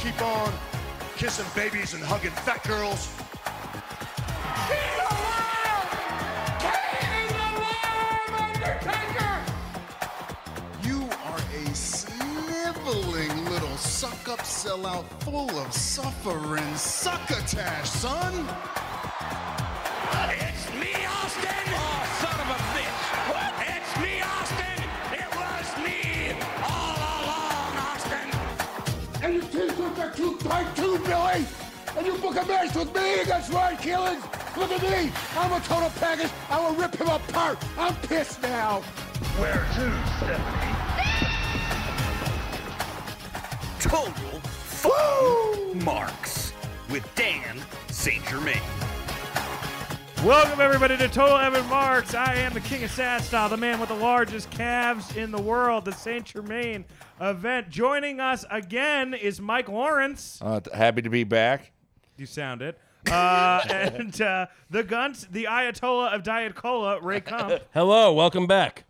keep on kissing babies and hugging fat girls. He's alive! Kane is alive, Undertaker! You are a sniveling little suck up sellout full of suffering succotash, son. It's me, Austin! Oh, son of a bitch! What? It's me, Austin! It was me all along, Austin! and your t-shirts are too tight too, Billy. And you book a match with me against Ryan Keelan. Look at me. I'm a total package. I will rip him apart. I'm pissed now. Where to, Stephanie? Total Full Marks with Dan St. Germain. Welcome everybody to Total Evan Marks. I am the king of sad style, the man with the largest calves in the world, the Saint Germain event. Joining us again is Mike Lawrence. Uh, t- happy to be back. You sound it. Uh, and uh, the guns, the Ayatollah of Diet Cola, Ray Kump. Hello, welcome back.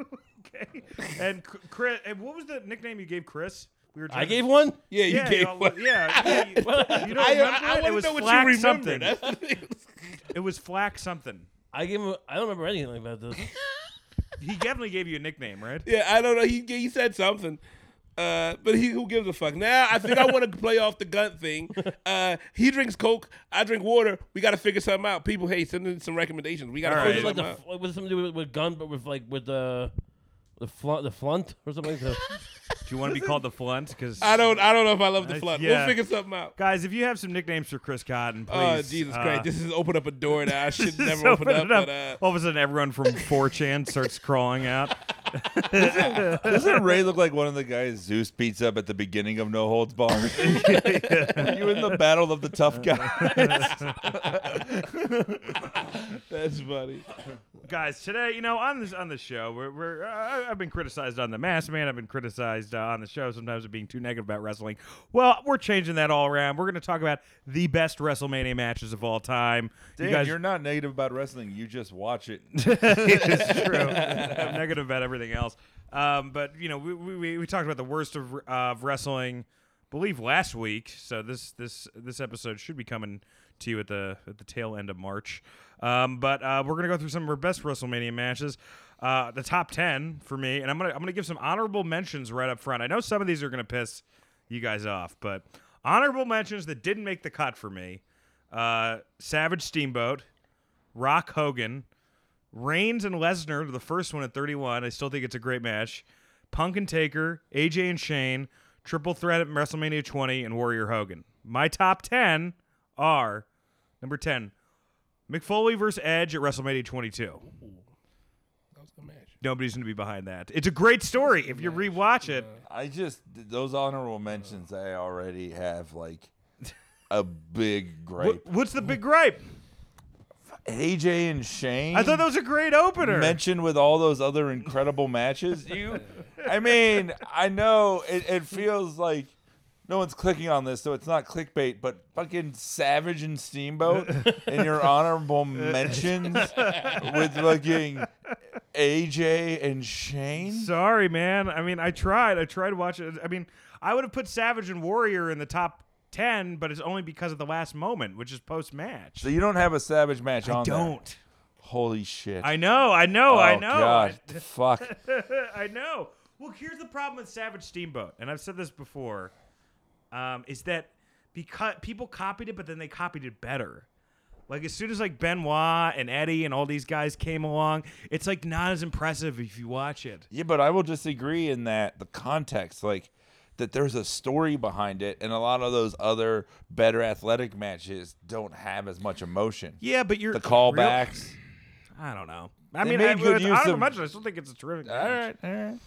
Okay. And C- Chris, and what was the nickname you gave Chris? We were I joking- gave one. Yeah, you Yeah, gave. yeah, yeah, you- you don't I, remember I, it? I It want was to know what flack you remember. something. That's the thing. It was Flack something. I gave him. I don't remember anything about this. He definitely gave you a nickname, right? Yeah, I don't know. He he said something. Uh, but he who gives a fuck? Now I think I want to play off the gun thing. Uh, he drinks coke, I drink water. We got to figure something out. People, hey, send in some recommendations. We got to All Was figure it like something the, out. f- was something to do with, with gun, but with like with the the flunt, the flunt or something. Like that? Do you want to be called the Flunt? Because I don't. I don't know if I love the Uh, flood. yeah. We'll figure something out. Guys, if you have some nicknames for Chris Cotton, please. Oh Jesus uh, Christ! This is open up a door that I should just never open open up. it up. But, uh, All of a sudden, everyone from 4chan starts crawling out. Doesn't Ray look like one of the guys Zeus beats up at the beginning of No Holds Barred? you in the battle of the tough guy. that's funny. Guys, today, you know, on this on the show, we're, we're uh, I've been criticized on the Mass Man. I've been criticized uh, on the show sometimes of being too negative about wrestling. Well, we're changing that all around. We're going to talk about the best WrestleMania matches of all time. Dan, you guys, you're not negative about wrestling. You just watch it. it's true. I'm negative about everything else. Um, but you know, we, we, we- we talked about the worst of, uh, of wrestling, believe last week. So this this this episode should be coming to you at the at the tail end of March. Um, but uh, we're gonna go through some of our best WrestleMania matches. Uh, the top ten for me, and I'm gonna I'm gonna give some honorable mentions right up front. I know some of these are gonna piss you guys off, but honorable mentions that didn't make the cut for me: uh, Savage Steamboat, Rock Hogan, Reigns and Lesnar, the first one at 31. I still think it's a great match. Punk and Taker, AJ and Shane, Triple Threat at WrestleMania 20, and Warrior Hogan. My top 10 are number 10, McFoley versus Edge at WrestleMania 22. That was the match. Nobody's going to be behind that. It's a great story if you rewatch it. I just those honorable mentions. I already have like a big gripe. What- what's the big gripe? AJ and Shane. I thought that was a great opener. mentioned with all those other incredible matches. You, I mean, I know it, it feels like no one's clicking on this, so it's not clickbait. But fucking Savage and Steamboat and your honorable mentions with looking AJ and Shane. Sorry, man. I mean, I tried. I tried watching. I mean, I would have put Savage and Warrior in the top 10, but it's only because of the last moment, which is post match. So you don't have a Savage match on there. don't. Holy shit! I know, I know, Oh, I know. God, fuck. I, I know. Well, here's the problem with Savage Steamboat, and I've said this before, um, is that because people copied it, but then they copied it better. Like as soon as like Benoit and Eddie and all these guys came along, it's like not as impressive if you watch it. Yeah, but I will disagree in that the context, like that there's a story behind it, and a lot of those other better athletic matches don't have as much emotion. Yeah, but you're The callback. callbacks. I don't know. I They mean, made I, good with use honorable of- mention, I still think it's a terrific. All match. right, all right.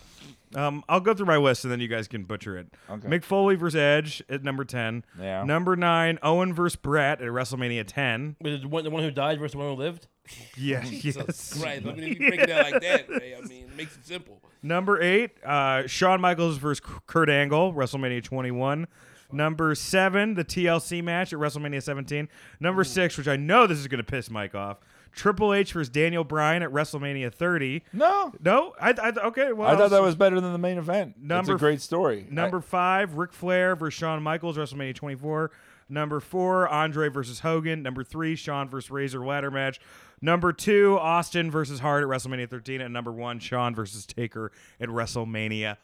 Um, I'll go through my list and then you guys can butcher it. Okay. Mick Foley versus Edge at number ten. Yeah. Number nine, Owen versus Brett at WrestleMania ten. With the one, the one who died versus the one who lived. Yes, yes. Right. I mean, if you break it down like that, Ray, I mean, it makes it simple. Number eight, uh, Shawn Michaels versus K- Kurt Angle, WrestleMania 21. Number seven, the TLC match at WrestleMania 17. Number six, which I know this is going to piss Mike off, Triple H versus Daniel Bryan at WrestleMania 30. No. No? I, I okay, well I thought that was better than the main event. That's Number a f- great story. Number five, Ric Flair versus Shawn Michaels, WrestleMania 24. Number four, Andre versus Hogan. Number three, Shawn versus Razor ladder match. Number two, Austin versus Hart at WrestleMania 13. And number one, Shawn versus Taker at WrestleMania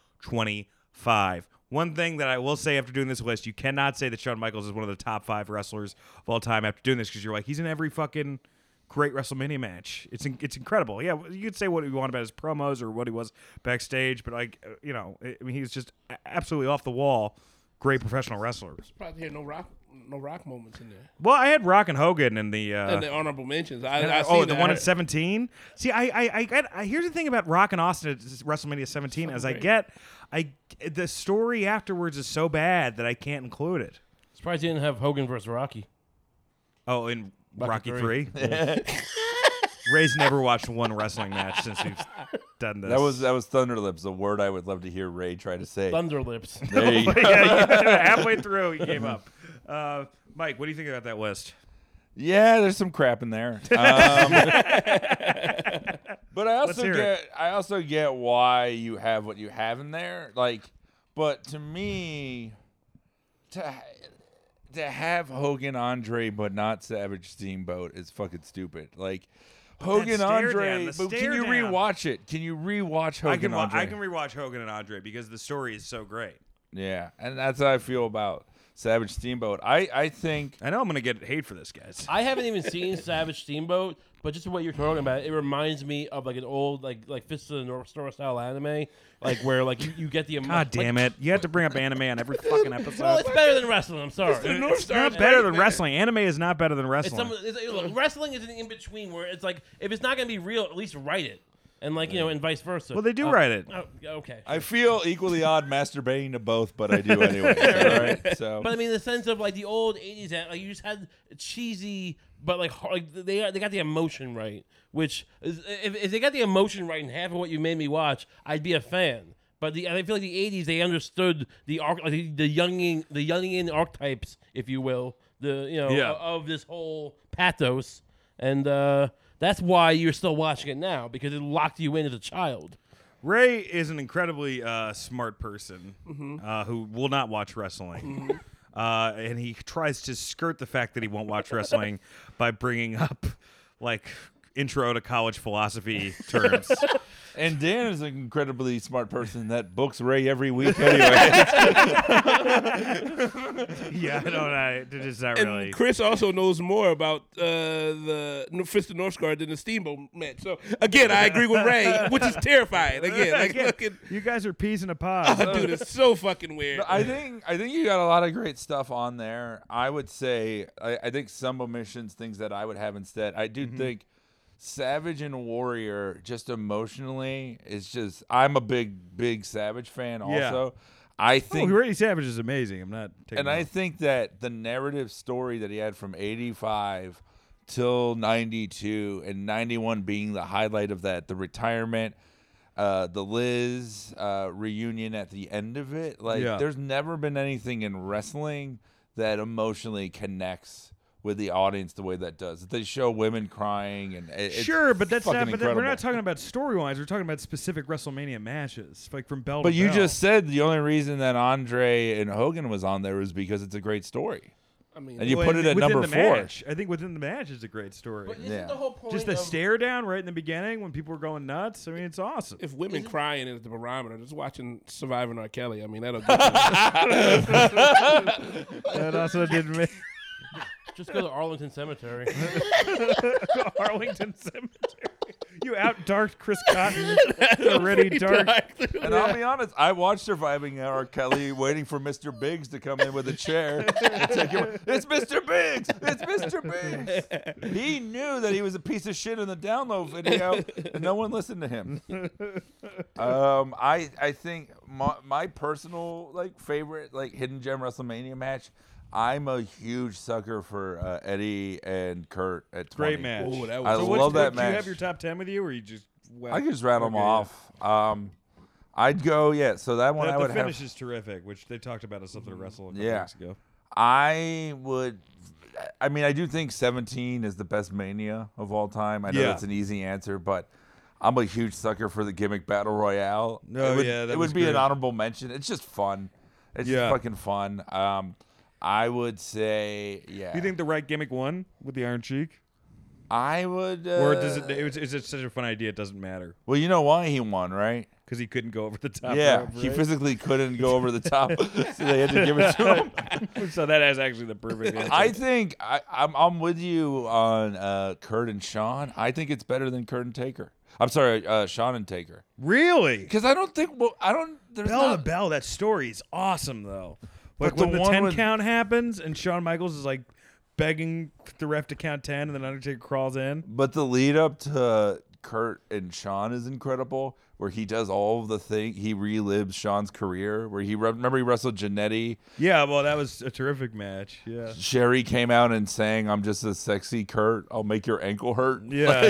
25. One thing that I will say after doing this list, you cannot say that Shawn Michaels is one of the top five wrestlers of all time after doing this because you're like, he's in every fucking great WrestleMania match. It's in, it's incredible. Yeah, you could say what you want about his promos or what he was backstage, but like uh, you know, I I mean, he's just a- absolutely off the wall. Great professional wrestler. Probably hear no rock, no rock moments in there. Well, I had Rock and Hogan in the. Uh, and the honorable mentions. I, and- I oh, seen the that. one I at seventeen. See, I, I, I, get, I here's the thing about Rock and Austin at WrestleMania seventeen. As I great. get, I the story afterwards is so bad that I can't include it. Surprised you didn't have Hogan versus Rocky. Oh, in Rocky, Rocky Three. III. Ray's never watched one wrestling match since we've done this. That was that was Thunderlips, a word I would love to hear Ray try to say. Thunderlips. There you go. yeah, you did it. halfway through he gave up. Uh, Mike, what do you think about that list? Yeah, there's some crap in there. Um, but I also hear get it. I also get why you have what you have in there. Like, but to me, to to have Hogan Andre but not Savage Steamboat is fucking stupid. Like. Hogan stare down, Andre, the stare but can you down. rewatch it? Can you rewatch I Hogan can wa- Andre? I can rewatch Hogan and Andre because the story is so great. yeah, and that's how I feel about Savage Steamboat. I I think I know I'm gonna get hate for this, guys. I haven't even seen Savage Steamboat, but just what you're talking about, it reminds me of like an old like like Fist of the North Star style anime, like where like you, you get the emo- God damn like- it! You have to bring up anime on every fucking Well, episode. it's better than wrestling. I'm sorry. It's not better than wrestling. Anime is not better than It's wrestling. some it's, it- look, wrestling is an in between where it's like if it's not gonna be real, at least write it, and like you know, and vice versa. well, they do Uh, write it. Oh, okay. I feel equally odd masturbating to both, but I do anyway. all right, so But I mean, the sense of like the old '80s, ad, like you just had cheesy, but like, hard, like they they got the emotion right. Which is, if, if they got the emotion right in half of what you made me watch, I'd be a fan. But the, I feel like the '80s, they understood the arc, like the, the younging, the younging archetypes, if you will, the you know Yeah. o- of this whole pathos, and uh, that's why you're still watching it now because it locked you in as a child. Ray is an incredibly uh, smart person Mm-hmm. uh, who will not watch wrestling. Uh, and he tries to skirt the fact that he won't watch wrestling by bringing up like intro to college philosophy terms. And Dan is an incredibly smart person that books Ray every week anyway. yeah, I don't. I just not And really. Chris also knows more about uh, the N- Fist of North Star than the Steamboat match. So again, I agree with Ray, which is terrifying. Again, like Again, looking, you guys are peas in a pod. dude, it's so fucking weird. I think I think you got a lot of great stuff on there. I would say I, I think some omissions, things that I would have instead. I do think Savage and Warrior just emotionally is just I'm a big, big Savage fan Yeah. also. I think Randy Savage is amazing. I'm not. Taking and I think that the narrative story that he had from 85 till 92 and 91 being the highlight of that the retirement uh the Liz uh reunion at the end of it like Yeah. there's never been anything in wrestling that emotionally connects with the audience the way that does they show women crying and it, it's sure, but that's fucking not. But that- we're incredible. not talking about storylines. We're talking about specific WrestleMania matches, like from bell. but to you bell. just said the only reason that Andre and Hogan was on there was because it's a great story I mean, and you Well, put it and at within number the four match. I think within the match is a great story. But isn't Yeah. the whole point just the of- stare down right in the beginning when people were going nuts. I mean, it's awesome. if women crying is the barometer, just watching Surviving R. Kelly. I mean, that'll. Get that also did me. Just go to Arlington Cemetery. Arlington Cemetery. You out darked Chris Cotton. Already dark. you. And I'll be honest, I watched Surviving R. Kelly waiting for Mr. Biggs to come in with a chair. and take him- It's Mr. Biggs! It's Mr. Biggs! He knew that he was a piece of shit in the download video, and no one listened to him. Um, I I think my, my personal like favorite like hidden gem WrestleMania match. I'm a huge sucker for uh, Eddie and Kurt at 20. Great match. Ooh, that I So was. love what's- that what- Do you match. have your top ten with you, or you just? I can just rattle them Okay, yeah. off. Um, I'd go yeah. So that one The, I the would have. finish is terrific, which they talked about as something to wrestle a couple Yeah. weeks ago. I would I mean, I do think 17 is the best Mania of all time. I know Yeah. that's an easy answer, but I'm a huge sucker for the gimmick battle royale. Oh, it would, yeah, that it was would be an great. honorable mention. It's just fun. It's Yeah. just fucking fun. Um, I would say, yeah. Do you think the right gimmick won with the Iron Cheek? I would. Uh, or does it? Is, is it such a fun idea? It doesn't matter Well, you know why he won, right? because he couldn't go over the top. yeah, rope, he right? physically couldn't go over the top, so they had to give it to him. so that is actually the perfect. Answer. I think I, I'm I'm with you on uh, Kurt and Sean. I think it's better than Kurt and Taker. I'm sorry, uh, Sean and Taker. Really? Because I don't think. Well, I don't. There's bell not- to bell. That story is awesome though. Like But when the the, one ten with- count happens and Shawn Michaels is like begging the ref to count ten, and then Undertaker crawls in. But the lead up to Kurt and Sean is incredible, where he does all of the thing. He relives Sean's career, where he re- remember he wrestled Janetti. Yeah, well, that was a terrific match. Yeah. Sherry came out and sang, "I'm just a sexy Kurt. I'll make your ankle hurt." Yeah.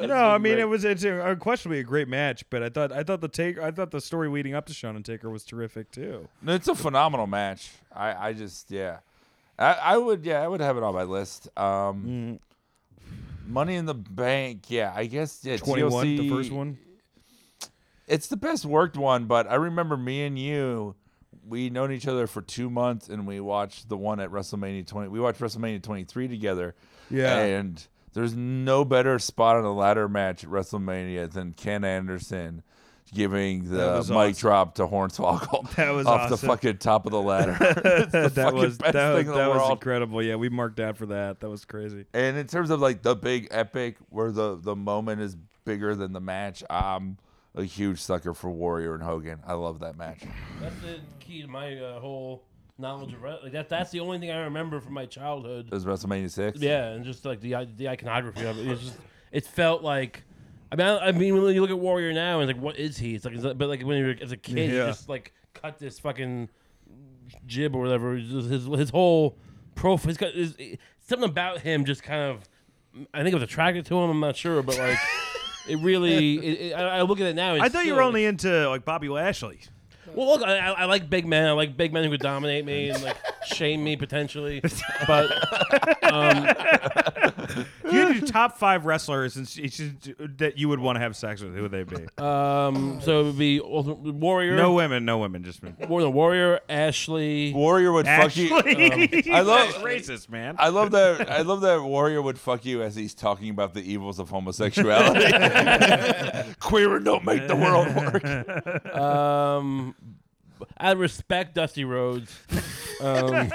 That's no, I been mean great. it was it's a, unquestionably a great match, but I thought I thought the take I thought the story leading up to Shawn and Taker was terrific too. No, it's a phenomenal match. I, I just yeah, I, I would yeah I would have it on my list. Mm. Um, Money in the Bank. Yeah, I guess yeah. 21, the TLC first one? It's the best worked one, but I remember me and you. We known each other for two months, and we watched the one at WrestleMania 20. We watched WrestleMania 23 together. Yeah. and there's no better spot on a ladder match at WrestleMania than Ken Anderson giving That the was mic drop to Hornswoggle That was off the awesome. fucking top of the ladder. It's the that fucking was best that, thing in that the was world. incredible. Yeah, we marked out for that. That was crazy. and in terms of like the big epic where the the moment is bigger than the match, I'm a huge sucker for Warrior and Hogan. I love that match. That's the key to my uh, whole knowledge of wrestling. Like that, that's the only thing I remember from my childhood. It was WrestleMania six. Yeah, and just like the i- the iconography of it, it's just it felt like. I mean, I, I mean, when you look at Warrior now, and it's like, what is he? It's like, it's like- but like when you were as a kid, you Yeah. just like cut this fucking jib or whatever. it's just His his whole profile, he's got his, something about him just kind of. I think I was attracted to him. I'm not sure, but like, it really. It, it, I, I look at it now. It's I thought you still- were only into like Bobby Lashley. well, look, I, I I like big men. I like big men who could dominate me and like shame me potentially. But um, you do top five wrestlers and s- it's just- that you would want to have sex with. Who would they be? um, so it would be Ultimate Warrior. No women, no women, just men. War the Warrior, Ashley. Warrior would fuck you. Um, Ashley, I love- that's racist man. I love that. I love that Warrior would fuck you as he's talking about the evils of homosexuality. Queer and don't make the world work. Um, I respect Dusty Rhodes. Um,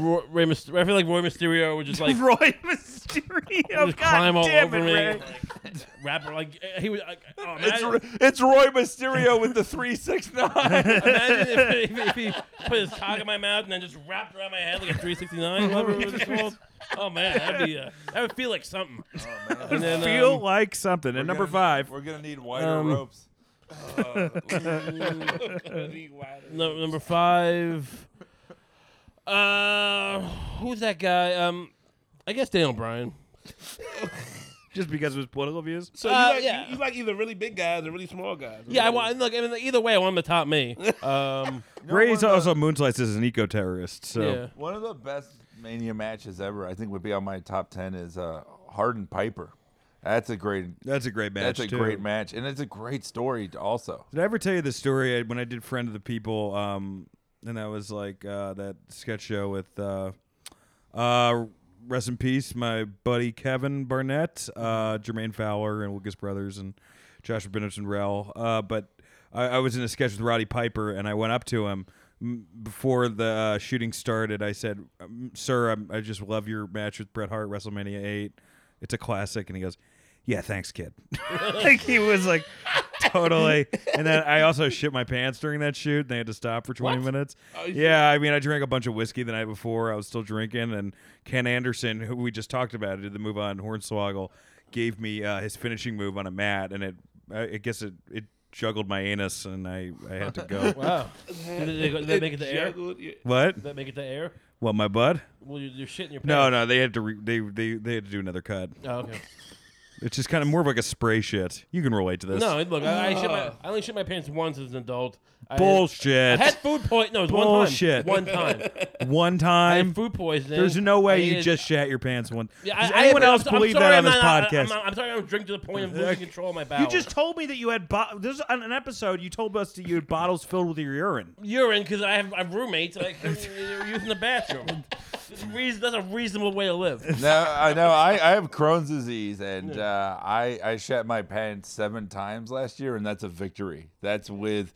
Roy, Rey Myster- I feel like Roy Mysterio would just like Roy Mysterio. God just climb all damn over it, me, Ray. like, rapper like he would. Like, oh, man, It's Ro- it's Roy Mysterio with the three six nine. Imagine if, if, if he put his cock in my mouth and then just wrapped around my head like a 369 whatever it was called. Oh man, that'd be uh, that would feel like something. And then, Oh, Feel um, like something. And number five, we're gonna need wider Um, ropes. no, number five. Uh, who's that guy? Um, I guess Daniel Bryan. just because of his political views. So Uh, you, like, yeah. you, you like either really big guys or really small guys. Yeah, I want. Look, I mean, either way, I want him to top me. Um, Ray's uh, also Moonslice is an eco terrorist. So yeah. One of the best Mania matches ever, I think, would be on my top ten is uh, Harden Piper. That's a great. that's a great match. That's a too. great match, and it's a great story t- also. Did I ever tell you the story I- when I did Friend of the People? Um, and that was like uh, that sketch show with uh, uh, rest in peace, my buddy Kevin Barnett, uh, Jermaine Fowler, and Lucas Brothers, and Joshua Bennett and Rel. Uh, but I, I was in a sketch with Roddy Piper, and I went up to him m- before the uh, shooting started. I said, um, "Sir, I'm, I just love your match with Bret Hart, WrestleMania Eight. It's a classic." And he goes. Yeah, thanks, kid. like he was like totally. And then I also shit my pants during that shoot. And they had to stop for twenty minutes. Oh, yeah, I mean, I drank a bunch of whiskey the night before. I was still drinking, and Ken Anderson, who we just talked about, did the move on Hornswoggle, gave me uh, his finishing move on a mat, and it, I I guess it, it juggled my anus, and I, I had to go. Wow. Did they, did they make it to air? Did Juggled, yeah. what? that make it to air? What, my bud? Well, you're, you're shitting your pants. No, no, they had to re- they, they they had to do another cut. Oh, okay. It's just kind of more of like a spray shit. You can relate to this. No, look, I, I, shit my, I only shit my pants once as an adult. I- Bullshit. I had food poisoning. No, it was Bullshit. one time. One time. One I time. had food poisoning. There's no way I you ate- just shat your pants one. Yeah, Does I- I- anyone I'm else so- I'm believe sorry that on I'm this not- podcast? I'm, I'm, I'm sorry, I'm drinking to the point of losing control of my bowel. you just told me that you had bo- this is on an episode. You told us that you had bottles filled with your urine. urine because I have, I have roommates. Like they're using the bathroom. It's reas- That's a reasonable way to live. No, I know. I, I have Crohn's disease, and uh, I I shat my pants seven times last year, and that's a victory. That's with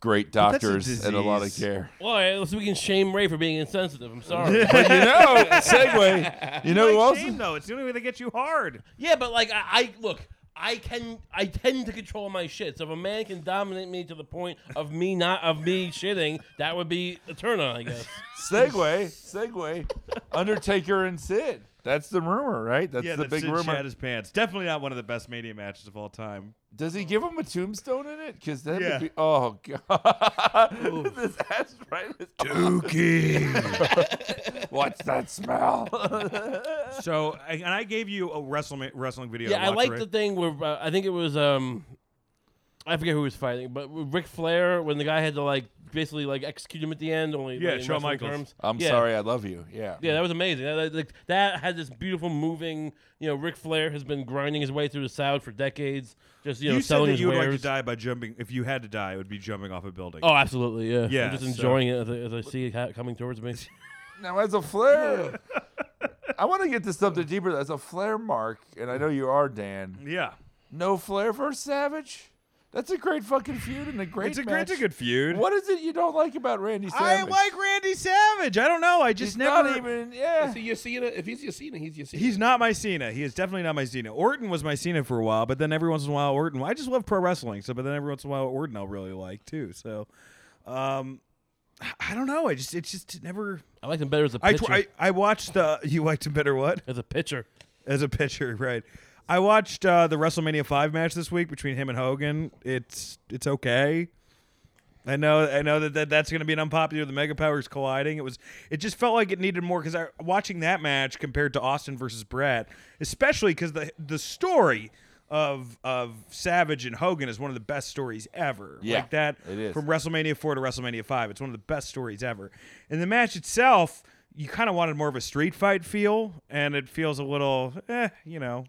great that's a doctors and a lot of disease. care. Well, all right, so we can shame Ray for being insensitive. I'm sorry. But you know, segue. You know who Like else? shame though. It's the only way they get you hard. yeah, but like I, I look. I can I tend to control my shit. So if a man can dominate me to the point of me not of me shitting, that would be a turn on, I guess. Segue. Segue. Undertaker and Sid. That's the rumor, right? That's the that big Sid rumor. shat his pants. Definitely not one of the best mania matches of all time. Does he give him a tombstone in it? Because that Yeah. would be. Oh god! this ass right. Dookie. What's that smell? So, I- and I gave you a wrestling wrestling video. yeah, to I watch, like right? the thing where uh, I think it was um, I forget who was fighting, but Ric Flair when the guy had to like basically like execute him at the end. Only Yeah, like, in Shawn wrestling Michaels. terms. I'm Yeah. sorry. I love you. Yeah. Yeah, that was amazing. That, that, like, that had this beautiful moving. You know, Ric Flair has been grinding his way through the South for decades, just you know, You said selling that his you would like to wares. die by jumping. If you had to die, it would be jumping off a building. Oh, absolutely, yeah. Yeah, I'm just so- enjoying it as I, as I see it ha- coming towards me. Now, as a flare, I want to get to something deeper. As a flare mark, and I know you are, Dan. yeah. No flare versus Savage. That's a great fucking feud and a great. It's a match. great, it's a good feud. What is it you don't like about Randy I Savage? like Randy Savage. I don't know. I just He's never not even. Yeah. Is he your Cena? If he's your Cena, he's your Cena. He's not my Cena. He is definitely not my Cena. Orton was my Cena for a while, but then every once in a while, Orton. I just love pro wrestling, so but then every once in a while, Orton I'll really like too. So, um, I- I don't know. I just it just never. I like him better as a I, pitcher. tw- I I watched the you liked him better what as a pitcher. as a pitcher right. I watched uh, the WrestleMania five match this week between him and Hogan. It's it's okay. I know, I know that, that that's going to be an unpopular. The mega powers colliding. It was, it just felt like it needed more because watching that match compared to Austin versus Brett, especially because the the story of of Savage and Hogan is one of the best stories ever. Yeah, like that it is. from WrestleMania four to WrestleMania five. It's one of the best stories ever. And the match itself, you kind of wanted more of a street fight feel, and it feels a little, eh, you know,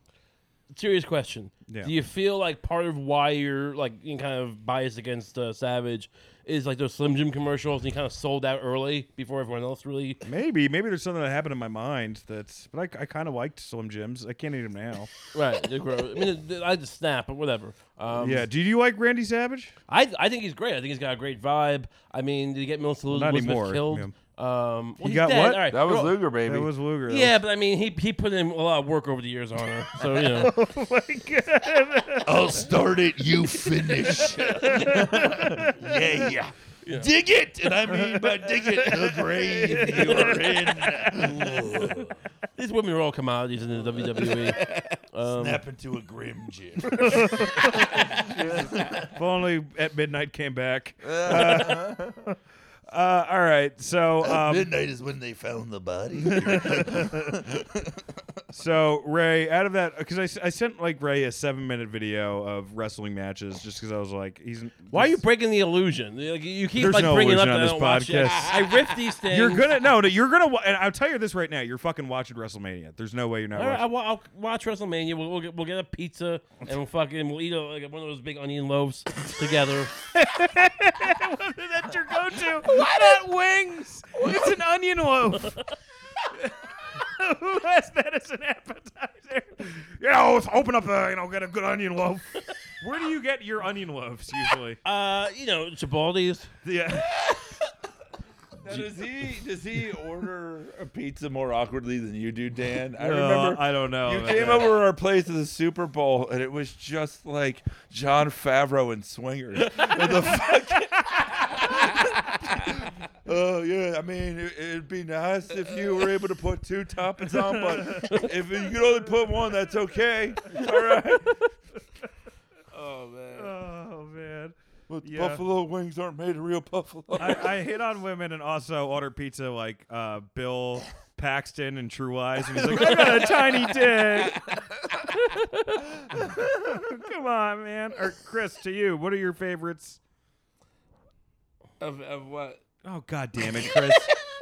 Serious question. Yeah. Do you feel like part of why you're like you kind of biased against uh, Savage is like those Slim Jim commercials and he kind of sold out early before everyone else really maybe maybe there's something that happened in my mind that's, but I, I kind of liked Slim Jims. I can't eat them now. right. they're gross. I mean, it- it- I just snap, but whatever. Um, Yeah. Do you like Randy Savage? I I think he's great. I think he's got a great vibe. I mean, did he get Melissa not Elizabeth anymore, killed? Um, well, he's got dead. what? All right. That was Well, Luger, baby. That was Luger. That Yeah, but I mean, he he put in a lot of work over the years on her. So you know, I'll start it, you finish. yeah, yeah. Dig it, and I mean by dig it, the grave you are in. Ooh, these women are all commodities in the E. WWE. Um, Snap into a grim jim. was- if only at midnight came back. Uh, uh, all right. So um, Midnight is when they found the body. so Ray, out of that, because I, s- I sent like Ray a seven minute video of wrestling matches just because I was like, he's Why are you breaking the illusion? Like, you keep There's like no bringing up illusion on that I this don't watch it. podcast. I riff these things. You're gonna no, no. You're gonna, wa- and I'll tell you this right now. You're fucking watching WrestleMania. There's no way you're not. All right, watching. I, wa- I'll watch WrestleMania. We'll, we'll, get, we'll get a pizza and we'll fucking we'll eat a, like one of those big onion loaves together. That's your go-to. Why not wings? It's an onion loaf. Who has that as an appetizer? Yeah, I'll open up a, you know, get a good onion loaf. Where do you get your onion loaves usually? Uh, you know, Chibaldi's. Yeah. Now, does he does he order a pizza more awkwardly than you do, Dan? I remember I don't know. you about came that. over to our place at the Super Bowl, and it was just like John Favreau and Swingers. With the fucking Oh yeah, I mean it, it'd be nice if you were able to put two toppings on, but if you could only put one, that's okay. All right. Oh man. But Yeah. Buffalo wings aren't made of real buffalo. I, I hit on women and also order pizza like uh, Bill Paxton and True Eyes, and he's like, "I got a tiny dick." Come on, man. Or Chris, to you, what are your favorites? Of, of what? Oh God damn it, Chris!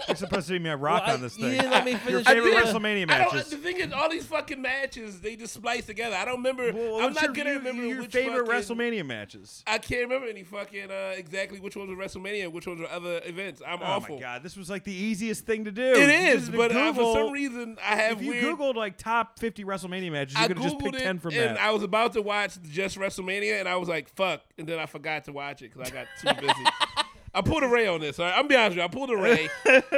You're supposed to be my rock Well, I- on this you thing. didn't let me your finish favorite it. WrestleMania I don't, matches. the thing is, all these fucking matches they just splice together. I don't remember. Well, I'm what's not your, gonna you- remember your which favorite fucking- WrestleMania matches. I can't remember any fucking uh, exactly which ones were WrestleMania, and which ones were other events. I'm Oh awful. my God, this was like the easiest thing to do. It You is, just but uh, Google- for some reason I have if you weird. googled like top 50 WrestleMania matches, you I could have just googled picked it, 10 from and that. I was about to watch just WrestleMania, and I was like, "Fuck!" And then I forgot to watch it because I got too busy. I pulled a ray on this. All right? I'm be honest with you. I pulled a ray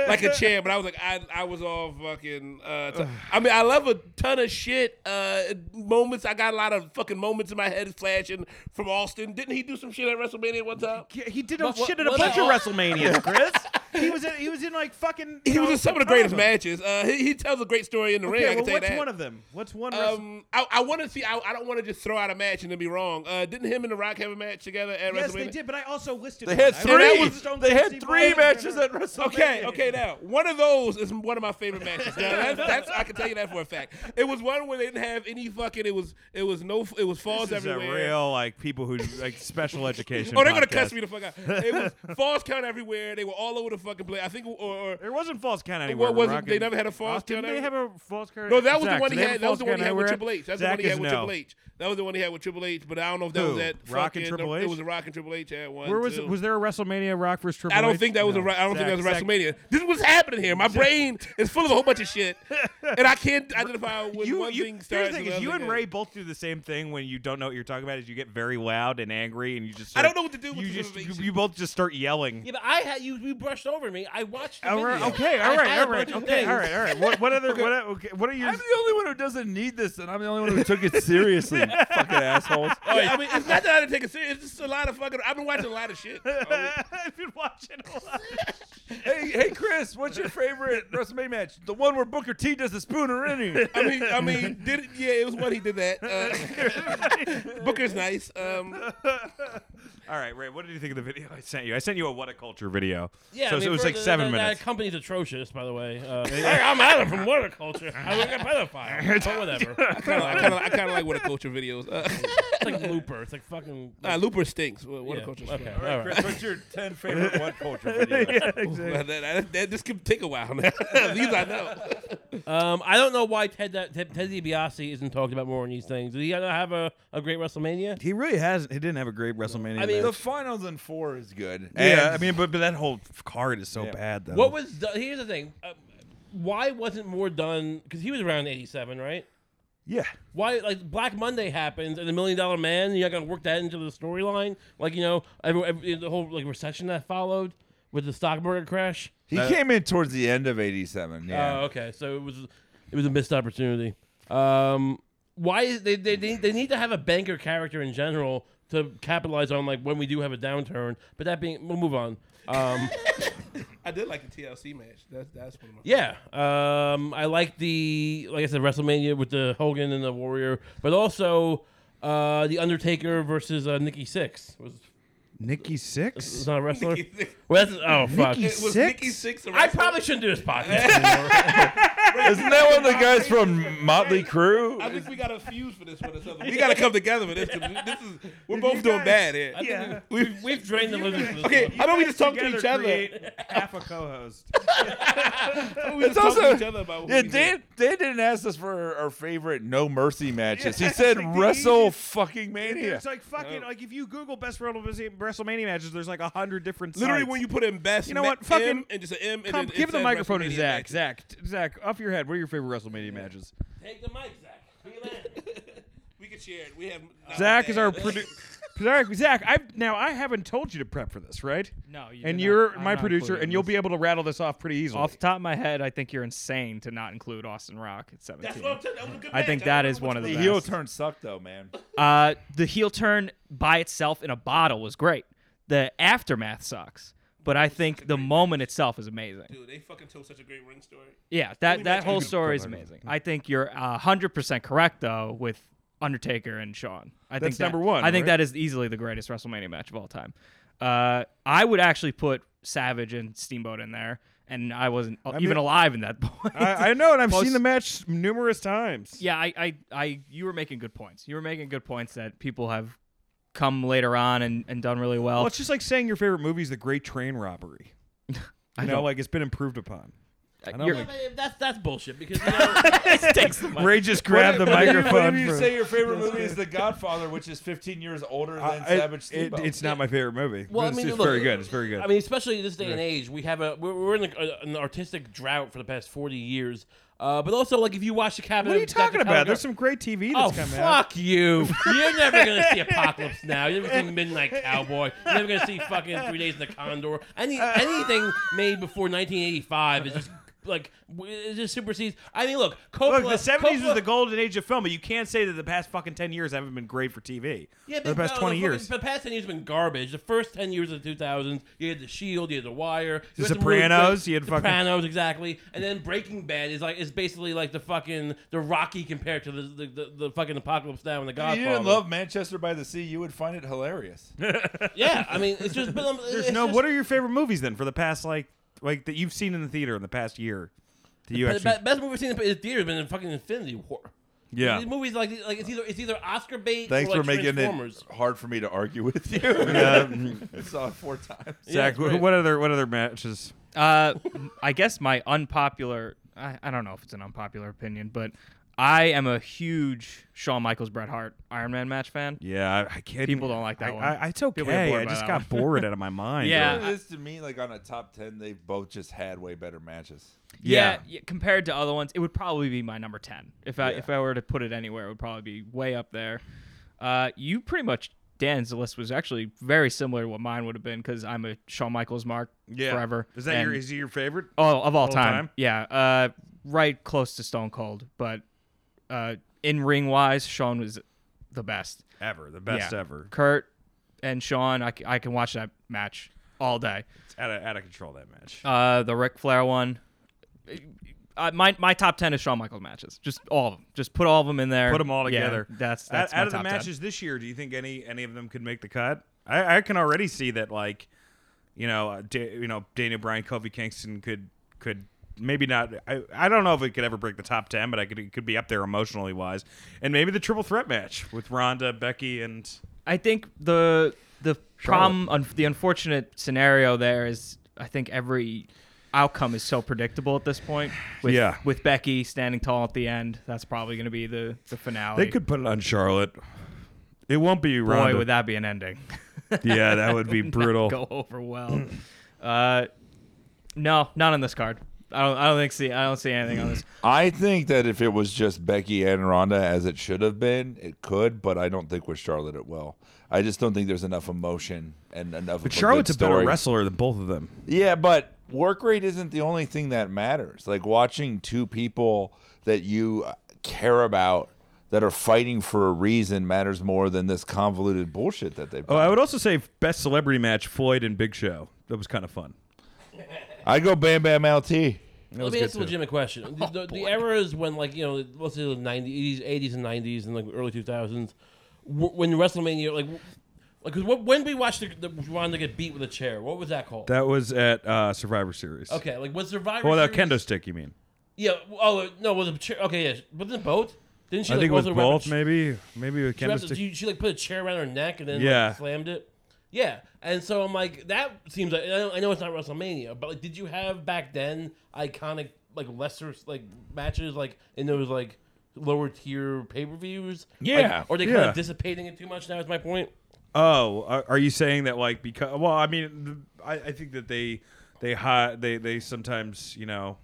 like a champ, but I was like, I, I was all fucking. Uh, t- I mean, I love a ton of shit. Uh, moments. I got a lot of fucking moments in my head flashing from Austin. Didn't he do some shit at WrestleMania one time? Yeah, he did But a shit what- at a what bunch of about- WrestleManias, Chris. he was in, he was in like fucking. He you was know, in some of the ton greatest them. matches. Uh, he, he tells a great story in the ring. Okay, well, I can tell you what's that. one of them? What's one? wrestling? Um, I, I want to see. I, I don't want to just throw out a match and then be wrong. Uh, didn't him and The Rock have a match together at yes, WrestleMania? they did, but I also listed. They had one. I listed three. Stone they Cold had Steve three Austin. matches at WrestleMania. Okay, okay. Now one of those is one of my favorite matches. Now, that's, that's I can tell you that for a fact. It was one where they didn't have any fucking. It was it was no. It was falls This is a everywhere. real like people who like special education. Oh, they're gonna podcast. cuss me the fuck out. It was false count everywhere. They were all over the fucking place. I think, or, or There wasn't false count anywhere. What was it? Rock They and- never had a false Austin, count Did they have anywhere? a false count? No, that was Zach, the one did he they have a had. That false was the one count he had with anywhere? Triple H. That's Zach the one he is had with no. Triple H. That was the one he had with Triple H. But I don't know if that Who? was that. Rock and fucking- Triple H? It was a Rock and Triple H had one. Where was too. was there a WrestleMania Rock versus Triple H? I don't think that was No. a. I don't Zach, think that was Zach, WrestleMania. This is what's happening here. My brain is full of a whole bunch of shit, and I can't identify when you, one you, thing here's starts. the thing and is you another and thing Ray ends. both do the same thing when you don't know what you're talking about is you get very loud and angry and you just I start- don't know what to do with you this just you, information. you both just start yelling. Yeah, but I had you. You brushed over me. I watched. The All right, video. okay, I all right, had a all right, bunch of okay, all things. right, all right. What, what other what okay, what are your I'm the only one who doesn't need this, and I'm the only one who took it seriously. fucking assholes. I mean, Oh, it's not that I didn't take it serious. It's just a lot of fucking. I've been watching a lot of shit. I've been watching a lot. Hey, hey, Chris, what's your favorite WrestleMania match? The one where Booker T does the spooner in you. I mean, I mean, did it, yeah, it was when he did that. Uh, Booker's nice. Um, All right, Ray, what did you think of the video I sent you? I sent you a what a culture video. Yeah, so I mean, it was for- like that- seven that, minutes. That company's atrocious, by the way. Uh, I, I'm out of from water culture. I look at pedophile, but whatever. I kind of, I kind of, I kind of like what a culture videos. Uh, It's like Looper. It's like fucking. nah, Looper stinks. What what yeah, a culture. Okay, stinks. all right. Chris, what's your 10 favorite what culture video? That, that, that, this could take a while. Now. These I know. Um, I don't know why Ted, Ted Ted DiBiase isn't talked about more in these things. Did he not have a, a great WrestleMania? he really hasn't. He didn't have a great WrestleMania. I mean, The finals in four is good. yeah, And- I mean, but, but that whole card is so bad though. What was the, here's the thing? Uh, why wasn't more done? Because he was around '87, right? yeah. Why like Black Monday happens and the Million Dollar Man? You're not gonna work that into the storyline, like you know, every, every, the whole like recession that followed with the stock market crash. He came in towards the end of 87. Yeah. Oh, okay. So it was it was a missed opportunity. Um, why is they they, they they need to have a banker character in general to capitalize on like when we do have a downturn. But that being, we'll move on. Um, I did like the TLC match. That's that's one of my. yeah, um, I like the like I said WrestleMania with the Hogan and the Warrior, but also uh, the Undertaker versus uh, Nikki Six was Nikki Six? is not a wrestler. Nikki- well, that's, oh fuck. Nikki It was Six? Nikki Six. I probably shouldn't do this podcast. Isn't that one of the guys from Motley Crue? I think we got to fuse for this one or something. We got to come together for this. 'cause This is we're both doing bad here. Yeah. we've, we've drained the living. from this Okay, one. how about we just talk to each other? half a co-host. We just It's talk to also- each other about what Yeah, we Dan, Dan didn't ask us for our favorite No Mercy matches. Yeah, he said it's like the Wrestle easiest- fucking Mania. It's like fucking like if you Google best WrestleMania matches, there's like a hundred different. did. Literally, sites. when you put in best, You know ma- what? Fucking- M and just an M. Come, and then it give the says microphone to WrestleMania Zach. matches. Zach, t- Zach, off your head. What are your favorite WrestleMania matches? Take the mic, Zach. Bring it back. We can share it. We have not Zach is our bad. producer. Zach, Zach, I've now I haven't told you to prep for this, right? No, you and did you're not. I'm my not producer, including and you'll this. be able to rattle this off pretty easily. Off the top of my head, I think you're insane to not include Austin Rock at 17. That's what I'm saying. That was a good I match. think don't that know is what one of to the The do. best. heel turn sucked, though, man. Uh, the heel turn by itself in a bottle was great. The aftermath sucks, but I think the moment itself is amazing. Dude, they fucking told such a great ring story. Yeah, that that whole story is amazing. I think you're hundred percent correct though with Undertaker and Shawn. I think That's that- number one, I think right? that is easily the greatest WrestleMania match of all time. Uh, I would actually put Savage and Steamboat in there, and I wasn't I even mean- alive in that point. I, I know, and I've Plus- seen the match numerous times. Yeah, I, I, I, you were making good points. You were making good points that people have come later on and, and done really well. Well, Oh, it's just like saying your favorite movie is The Great Train Robbery. I You know, don't- like it's been improved upon. I know, Uh, You're- like- that's that's bullshit because you know, takes the mic. Ray just grabbed the microphone. Whenever you for- say your favorite movie is The Godfather, which is 15 years older than I- Savage it- Steamboat. it's not my favorite movie. Well, I it's mean, it's look, very good. It's very good. I mean, especially in this day and age, we have a we're, we're in like a, an artistic drought for the past forty years. Uh, but also, like if you watch the cabinet, what are you of Dr. talking about? Caligari- There's some great TV Oh that's coming out. fuck you! You're never gonna see Apocalypse Now. You're never gonna see Midnight Cowboy. You're never gonna see fucking Three Days in the Condor. Any anything made before 1985 is just like w- it just supersedes. I mean, look, Coppola, Look, the 70s Coppola- was the golden age of film, but you can't say that the past fucking 10 years haven't been great for TV. Yeah, Or the past 20 no, fucking- years. The past ten years have been garbage. The first ten years of the 2000s, you had The Shield, you had The Wire, you The had some really Sopranos, great- you had fucking- Sopranos, exactly. And then Breaking Bad is like is basically like the fucking the Rocky compared to the the, the, the fucking Apocalypse Now and the if Godfather. you didn't love Manchester by the Sea, you would find it hilarious. yeah, I mean, it's just. But, um, There's it's no. Just, what are your favorite movies then for the past like like that you've seen in the theater in the past year? That you the actually, be- best movie we've seen in the theater has been in fucking Infinity War. yeah. These movies like like it's either it's either Oscar bait. Thanks or like for making Transformers. it hard for me to argue with you. I saw it four times. Zach, it's great. what other what other matches? Uh, I guess my unpopular, I, I don't know if it's an unpopular opinion, but I am a huge Shawn Michaels Bret Hart Iron Man match fan. Yeah, I, I can't. People don't like that I, one. I, it's People get okay. bored I by just that got one. bored out of my mind. Yeah. It is to me like on a top ten. They both just had way better matches. Yeah. yeah, compared to other ones, it would probably be my number ten. If I Yeah. if I were to put it anywhere, it would probably be way up there. Uh, you pretty much Dan's list was actually very similar to what mine would have been because I'm a Shawn Michaels mark forever. Is that your and- is he your favorite? Oh, of all All time. time? Yeah. Uh, right close to Stone Cold, but uh, in ring wise, Sean was the best. Ever the best Yeah. ever. Kurt and Sean, I, c- I can watch that match all day. It's out of out of control that match. Uh, the Ric Flair one. Uh, my my top ten is Shawn Michaels matches. Just all of them. Just put all of them in there. Put them all Yeah, together. that's Out- that's out, my of the top 10. matches this year. Do you think any any of them could make the cut? I, I can already see that like, you know, uh, da- you know Daniel Bryan, Kofi Kingston could could maybe not. I, I don't know if it could ever break the top ten, but I could it could be up there emotionally wise, and maybe the triple threat match with Ronda, Becky, and I think the the problem, un- the unfortunate scenario there is, I think every outcome is so predictable at this point. With, Yeah. With Becky standing tall at the end, that's probably going to be the the finale. they could put it on Charlotte. It won't be Boy, Ronda. would that be an ending? yeah, that would be brutal. Go over well. uh, no, not on this card. I don't. I don't think. See, I don't see anything on this. I think that if it was just Becky and Ronda as it should have been, it could, but I don't think with Charlotte it will. I just don't think there's enough emotion and enough. But of a good Charlotte's a better story. wrestler than both of them. Yeah, but work rate isn't the only thing that matters. Like watching two people that you care about that are fighting for a reason matters more than this convoluted bullshit that they. Oh, I would also say best celebrity match Floyd and Big Show. That was kind of fun. I go Bam Bam LT. Let me ask a legitimate question. The, the, the eras when, like, you know, let's say the 90s, 80s, and 90s, and like early 2000s, w- when WrestleMania, like, w- like 'cause what, when we watched the, the Ronda get beat with a chair, what was that called? That was at uh, Survivor Series. okay, like, was Survivor? Well, that Series- kendo stick, you mean? Yeah. Oh no, was it chair? Okay, yeah. Wasn't it both? Didn't she? I like, think it was also wrap a both, ch- maybe. Maybe with she kendo wrapped a- stick. She, she like put a chair around her neck and then like, Yeah. slammed it. Yeah, and so I'm like, that seems like I know, I know it's not WrestleMania, but like, did you have back then iconic like lesser like matches like in those like lower tier pay per views? Yeah, or they kind yeah. of dissipating it too much. Now is my point. Oh, are, are you saying that like because? Well, I mean, the, I, I think that they they hi, they they sometimes you know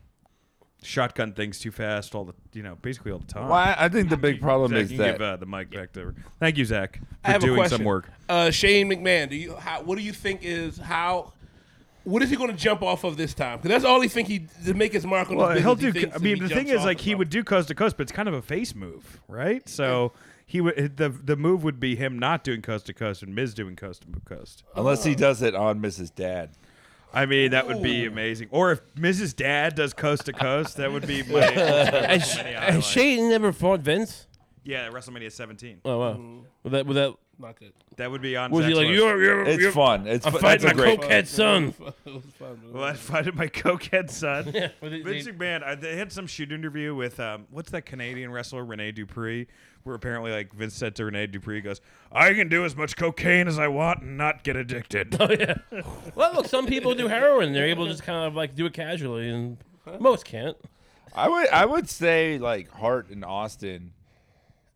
shotgun things too fast all the you know basically all the time. Well, I, I think the big problem Zach, is you can that give uh, the mic back to. Thank you, Zach, for I have doing a question. some work. Uh, Shane McMahon, do you how, what do you think is how? What is he going to jump off of this time? Because that's all he think he to make his mark on. Well, his he'll do. I business, he thinks that mean, he the jumps thing is, off like, of he something. would do coast to coast, but it's kind of a face move, right? So he would the the move would be him not doing coast to coast and Miz doing coast to coast. unless he does it on Mrs. Dad. I mean, that would be amazing. Or if Miz's dad does coast to coast, that would be my Has Shane never fought Vince? yeah WrestleMania 17. Mm. Oh wow, with that with that Not good. That would be on. Was he Zach's like, list. "You're- you're- It's you're- fun. It's I'm fu- that's fighting a my great- cokehead son." Well, I fighting my cokehead son. Yeah, but they- Vince they- McMahon. I, they had some shoot interview with um, what's that Canadian wrestler Rene Dupree, where apparently like Vince said to Rene Dupree, he goes, "I can do as much cocaine as I want and not get addicted." Oh yeah. well, look, some people do heroin. They're able to just kind of like do it casually, and most can't. I would I would say like Hart and Austin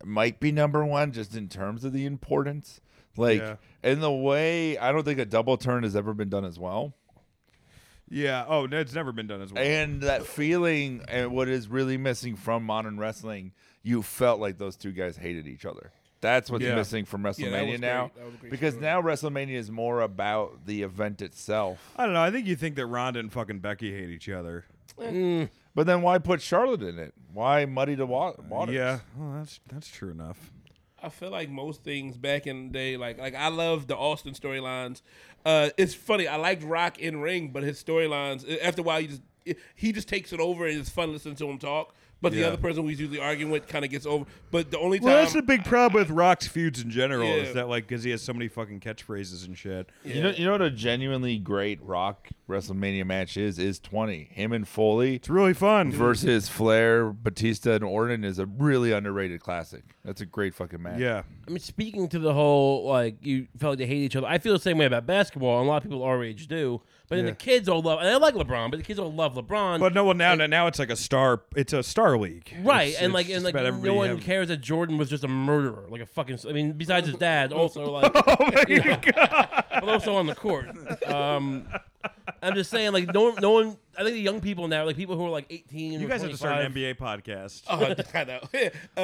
might be number one just in terms of the importance. Like Yeah. in the way I don't think a double turn has ever been done as well. Yeah. Oh, no, it's never been done as well. And that feeling and what is really missing from modern wrestling, you felt like those two guys hated each other. That's what's Yeah. missing from Yeah, that was WrestleMania great. now. That was a great Because now WrestleMania is more about the event itself. I don't know. I think you think that Ronda and fucking Becky hate each other. But then why put Charlotte in it? Why muddy the wa- Uh, waters? Yeah. Well, that's that's true enough. I feel like most things back in the day, like like I love the Austin storylines. Uh, it's funny. I liked Rock in ring, but his storylines a- after a while, you just it- he just takes it over, and it's fun listening to him talk. But the Yeah. other person who he's usually arguing with kind of gets over. But the only time, Well, that's the big problem with Rock's feuds in general Yeah. is that like because he has so many fucking catchphrases and shit. You know, you know what a genuinely great Rock WrestleMania match is is twenty. Him and Foley. It's really fun versus Flair, Batista, and Orton is a really underrated classic. That's a great fucking match. I mean, speaking to the whole like you felt like they hate each other. I feel the same way about basketball, and a lot of people our age do. But then Yeah. the kids all love, and I like LeBron, but the kids all love LeBron. But no, well now now it's like a star. It's a star league, Right, It's- and it's like just and like about no everybody one having- cares that Jordan was just a murderer, like a fucking. I mean, besides his dad, Oh also like, you know, but also on the court. Um, I'm just saying, like no, one- no one. I think the young people now, like people who are like 18. You or guys have to start 25 an NBA podcast. Oh, I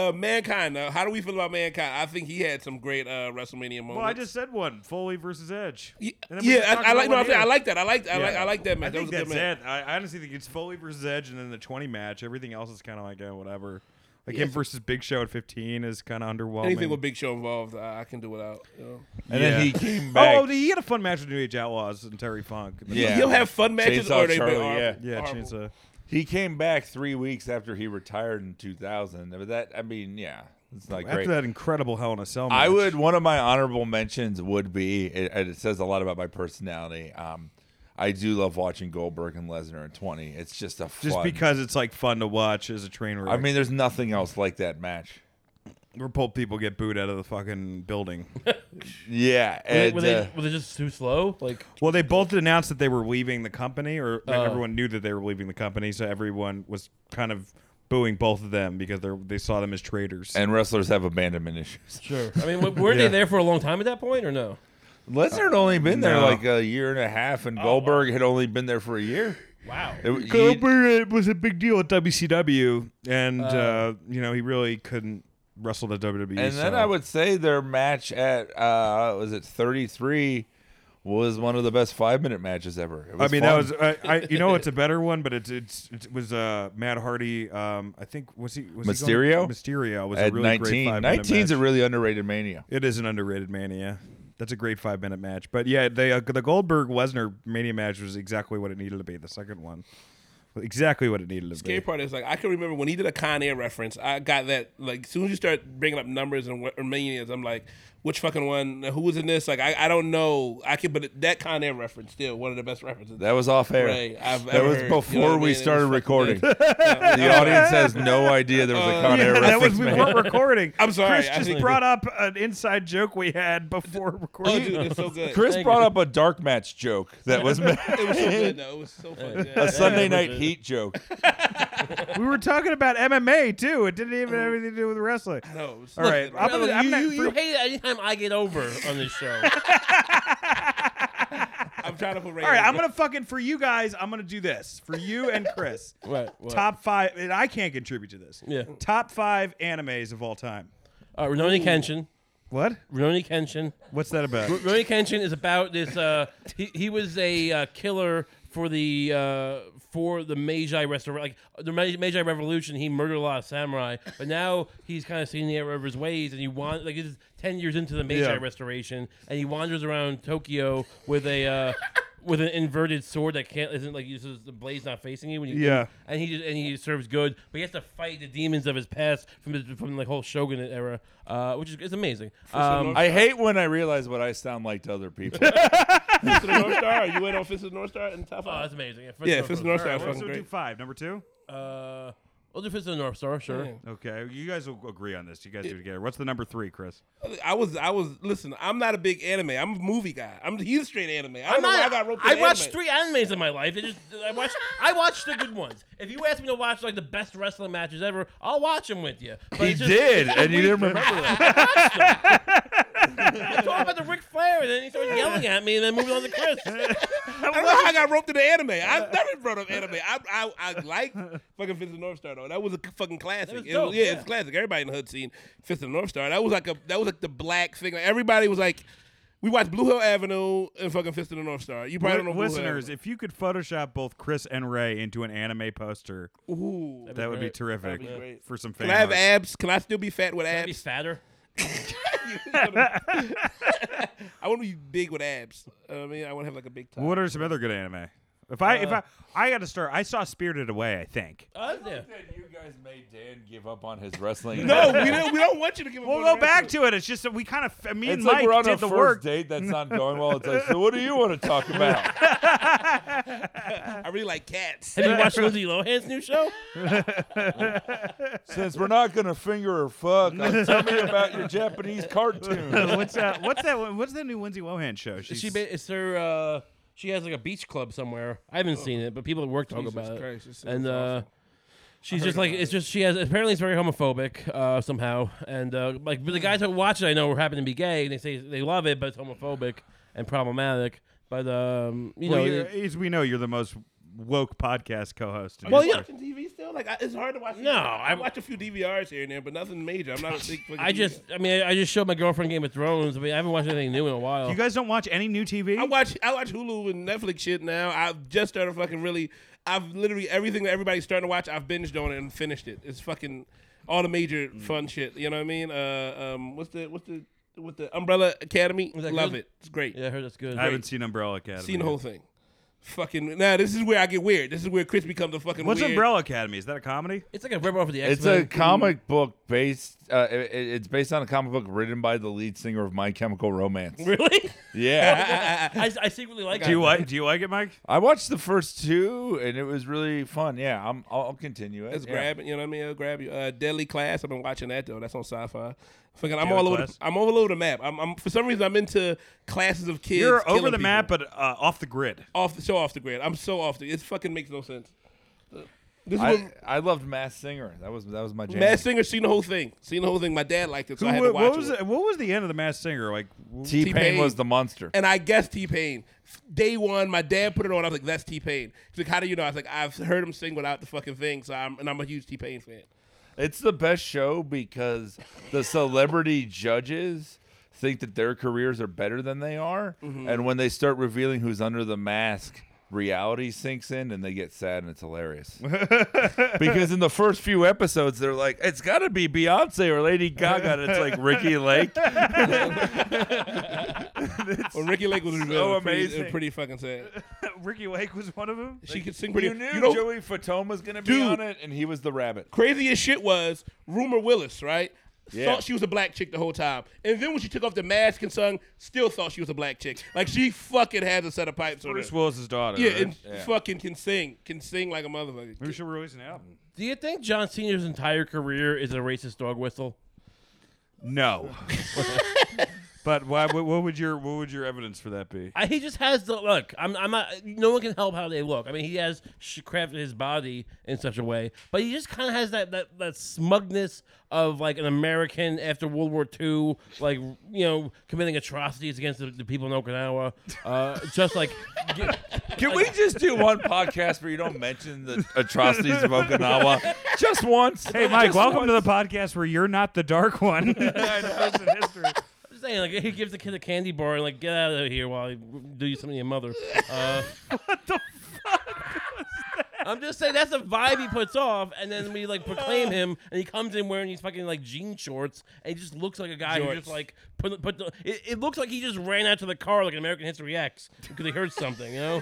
know. uh, mankind. Uh, how do we feel about mankind? I think he had some great uh, WrestleMania moments. Well, I just said one: Foley versus Edge. Yeah, yeah, I- I like- no, I'm saying I like that. I like- I like- I like that I match. That think was a that's good match. it. I I honestly think it's Foley versus Edge, and then the 20 match. Everything else is kind of like eh, whatever. Like Yeah. him versus Big Show at 15 is kind of underwhelming. anything with Big Show involved, I, I can do without. You know? And then he came Oh, back. he had a fun match with New Age Outlaws and Terry Funk. Yeah. He'll have fun matches, Chainsaw or they- Charlie, they are- yeah. Yeah, horrible. Chainsaw. He came back three weeks after he retired in 2000. But that, I mean, yeah, it's not After great. that incredible Hell in a Cell match. I would. One of my honorable mentions would be, it- and it says a lot about my personality. Um, I do love watching Goldberg and Lesnar in 20. It's just a just fun- because it's like fun to watch as a train wreck. I mean, there's nothing else like that match. where pulp people get booed out of the fucking building. yeah, Were they, were, uh, they, were they just too slow? Like Well, they both announced that they were leaving the company, or Uh. Oh. everyone knew that they were leaving the company, so everyone was kind of booing both of them because they they saw them as traitors. And wrestlers have abandonment issues. Sure. I mean, w- were Yeah. they there for a long time at that point, or no? Lesnar had only been there No. like a year and a half, and Goldberg had only been there for a year. Wow. It- he- Goldberg oh, it was a big deal at WCW, and uh, Uh. you know he really couldn't wrestle the WWE. and then so- I would say their match at uh, was it 33 was one of the best five minute matches ever. It I was mean, fun. that was uh, I. You know, it's a better one, but it's it's it was uh, Matt Hardy. Um, I think was he was he going- Mysterio. Mysterio was a at really great 19. five 19's a really underrated mania. It is an underrated mania. That's a great five minute match. But yeah, they, uh, the Goldberg Lesnar mania match was exactly what it needed to be. The second one, exactly what it needed to scary be. part is like I can remember when he did a Con Air reference. I got that like as soon as you start bringing up numbers and what- or millions, I'm like, which fucking one? Who was in this? Like I, I don't know. I can, but that Con Air reference still one of the best references. That was off air. Ray, I've that ever was heard. before You know what I mean? we It was started fucking recording. good. the Yeah. Uh, audience has no idea there was a Con Air yeah, that was reference we made. weren't recording. I'm sorry, Chris I Oh, just think- brought up an inside joke we had before recording. Chris brought up a dark match joke that was made. It was so good, though. It was so fucking good. a Sunday Yeah, it night was heat joke. we were talking about MMA too. It didn't even Oh. have anything to do with wrestling. I know. All right, I'm, Look, gonna- I'm you, not. you, you hate it anytime I get over on this show. I'm trying to put Ray. All right, I'm gonna fucking for you guys. I'm gonna do this for you and Chris. Right, what? Top five, and I can't contribute to this. Yeah. Top five animes of all time. Uh, Rurouni Kenshin. What? Rurouni Kenshin. What's that about? R- Rurouni Kenshin is about this. Uh, he, he was a uh, killer for the uh, for the Meiji restaurant, like the Me- Meiji Revolution. He murdered a lot of samurai, but now he's kind of seen the error of his ways, and he want like he's ten years into the Meiji Yeah. Restoration, and he wanders around Tokyo with a. Uh, with an inverted sword that can't isn't like uses the blade's not facing you when you Yeah. and he just, and he serves good but he has to fight the demons of his past from the from the whole shogun era uh, which is it's amazing um, I hate when I realize what I sound like to other people. Fist of the North Star. You went on Fist of the North Star in the top five. oh that's amazing yeah, Yeah, Fist of the North Star Star was fucking do great. five. Number two. uh, we'll do Fist of the North Star sure Okay, you guys will agree on this. You guys do it together. What's the number three, Chris? I was, I was. Listen, I'm not a big anime. I'm a movie guy. I'm he's a straight anime. I don't I'm know why I not. got roped. I into watched anime. three animes in my life. It just I watched. I watched the good ones. If you ask me to watch like the best wrestling matches ever, I'll watch them with you. But he it's just- did, it's so and you weak. didn't remember that. I talked about the Ric Flair, and then he started yelling at me, and then moving on to Chris. I don't know how I got roped into anime. I've never brought up anime. I I, I like fucking Fist of the North Star though. That was a fucking classic. was It dope, yeah, yeah. it's classic. Everybody in the hood seen Fist of the North Star. That was like a that was like the black thing. Like everybody was like, we watched Blue Hill Avenue and fucking Fist of the North Star. You probably don't know Blue Hill Listeners, if you could Photoshop both Chris and Ray into an anime poster, Avenue. Ooh. that would be great. terrific That'd be great. for some fan Can I have art. abs? Can I still be fat with That'd be abs? fatter. I want to be big with abs. You know what I mean, I want to have like a big top. What are some other good anime? If I Uh, if I I got to start, I saw Spirited Away. I think. Uh, yeah. You guys made Dan give up on his wrestling. No, we don't. We don't want you to give. up We'll on go the back wrestling. to it. It's just that we kind of me and It's Mike like we're on a did the first work. date that's not going well. It's like, so what do you want to talk about? I really like cats. Have you watched Lindsay Lohan's new show? Since we're not gonna finger or fuck, like, tell me about your Japanese cartoon. what's that? What's that? one- What's that new Lindsay Lohan show? She's, She ba- it's her. Uh, she has like a beach club somewhere. I haven't seen it, but people at work talk Oh. Jesus about Christ, this it. sounds And uh, awful. she's just like it's just she has. Apparently, it's very homophobic uh, somehow. And uh, like Hmm. but the guys that watch it, I know, happen to be gay, and they say they love it, but it's homophobic and problematic. But um, you well, know, you're- it- as we know, you're the most woke podcast co-host. in Well, history. yeah. Watching TV still? Like I, it's hard to watch. No, I I'm- watch a few DVRs here and there, but nothing major. I'm not a big. fucking I just, I mean, I, I just showed my girlfriend Game of Thrones. I mean, I haven't watched anything new in a while. You guys don't watch any new TV? I watch I watch Hulu and Netflix shit now. I've just started fucking really. I've literally everything that everybody's starting to watch. I've binged on it and finished it. It's fucking all the major Mm. fun shit. You know what I mean? Uh, um, what's the what's the with the Umbrella Academy? that Love good? it. It's great. yeah, I heard that's good. I haven't seen Umbrella Academy. Seen the whole thing. Fucking now, this is where I get weird. This is where Chris becomes a fucking. What's weird- Umbrella Academy? Is that a comedy? It's like a ripoff of the X It's Men. a comic book based. Uh, it, it- it's based on a comic book written by the lead singer of My Chemical Romance. really. Yeah, I, I secretly like. Do you it. like? Do you like it, Mike? I watched the first two and it was really fun. Yeah, I'm, I'll, I'll continue it. It's yeah. grabbing, you know what I mean? It'll grab you. Uh, Deadly Class. I've been watching that though. That's on Sci-Fi. Fucking, I'm Deadly all over. The, Class? I'm all over the map. I'm, I'm for some reason I'm into classes of kids. You're killing over the people. Oh, map, but uh, off the grid. off the, so off the grid. I'm so off the. It fucking makes no sense. This is I, what, I loved Mass Singer. That was that was my jam. Mass Singer seen the whole thing. Seen the whole thing. My dad liked it, so I had to Who- watch what was it. the, what was the end of the Masked Singer? Like, wh- T T-Pain. Pain was the monster. And I guessed T Pain. Day one, my dad put it on. I was like, "That's T Pain." He's like, "How do you know?" I was like, "I've heard him sing without the fucking thing." So I'm, and I'm a huge T Pain fan. It's the best show because the celebrity judges think that their careers are better than they are, Mm-hmm. and when they start revealing who's under the mask, reality sinks in and they get sad and it's hilarious. because in the first few episodes, they're like, "It's got to be Beyonce or Lady Gaga," and it's like Ricky Lake. Well, Ricky Lake was revealed. It was pretty, it was amazing. pretty fucking sad. Ricky Lake was one of them. She could sing pretty. You knew know- Joey Fatone was gonna be Dude. on it, and he was the rabbit. craziest shit was Rumor Willis, right? Yeah. Thought she was a black chick the whole time. And then when she took off the mask and sung, still thought she was a black chick. Like she fucking has a set of pipes on her. Bruce Willis's daughter. Yeah, right? and fucking can sing. Can sing like a motherfucker. we should release an album. Do you think John Cena's entire career is a racist dog whistle? No. but why? What, what would your what would your evidence for that be? I, he just has the look. I'm, I'm not. No one can help how they look. I mean, he has sh- crafted his body in such a way, but he just kind of has that, that that smugness of like an American after World War II, like you know, committing atrocities against the, the people in Okinawa. Uh, just like, gi- Can we just do one podcast where you don't mention the atrocities of Okinawa just once? Hey, Mike, welcome to the podcast where you're not the dark one. I'm just saying, like he gives the kid a candy bar and like get out of here while I do you something to your mother. Uh, what the fuck? I'm just saying that's the vibe he puts off, and then we like proclaim him, and he comes in wearing these fucking like jean shorts, and he just looks like a guy who just Jorts. like put put. The, it, it looks like he just ran out to the car like an American History X because he heard something, you know.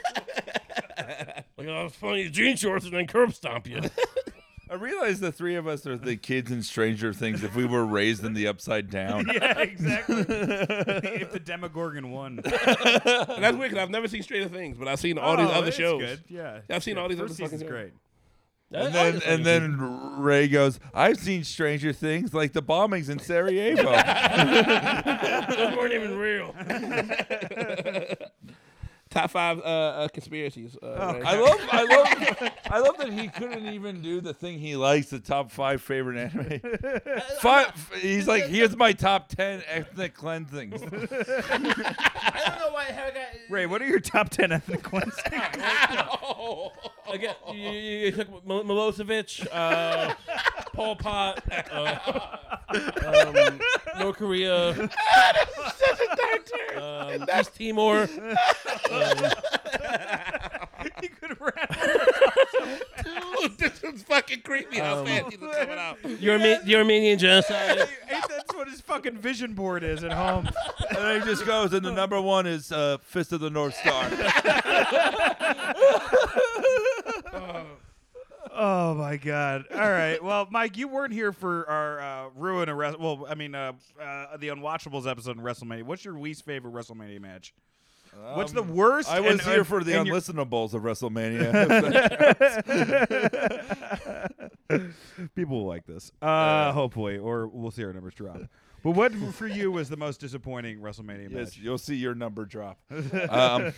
like oh, it's funny jean shorts and then curb stomp you. I realize the three of us are the kids in Stranger Things if we were raised in the upside down. yeah, exactly. if the Demogorgon won. And that's weird because I've never seen Stranger Things, but I've seen all these Oh, other it's shows. good, yeah, I've seen yeah, all these first other fucking season's shows. great. And then, and then Ray goes, I've seen Stranger Things like the bombings in Sarajevo. Those weren't even real. Top five uh, uh, conspiracies. Uh, Ray. I love, I love, I love that he couldn't even do the thing he likes, the top five favorite anime. Five, he's like, here's my top ten ethnic cleansings. I don't know why how I got. Ray, what are your top ten ethnic cleansings? Oh. Again, you, you, you took Mil- Milosevic, uh, Pol Pot, uh, um, North Korea. Um, East Timor. Um, you could rap. Dude, this is fucking creepy. How Um, fast these are coming out. the, Arme- the Armenian genocide. That's what his fucking vision board is at home. And then he just goes, and the number one is uh, Fist of the North Star. Oh my God! All right. Well, Mike, you weren't here for our uh, ruin or Wres- well, I mean, uh, uh, the Unwatchables episode in WrestleMania. What's your least favorite WrestleMania match? What's the Um, worst? I was and- here and- for the and your- unlistenables of WrestleMania. People will like this, uh, hopefully, or we'll see our numbers drop. But what for you was the most disappointing WrestleMania yes, match? you'll see your number drop. Um,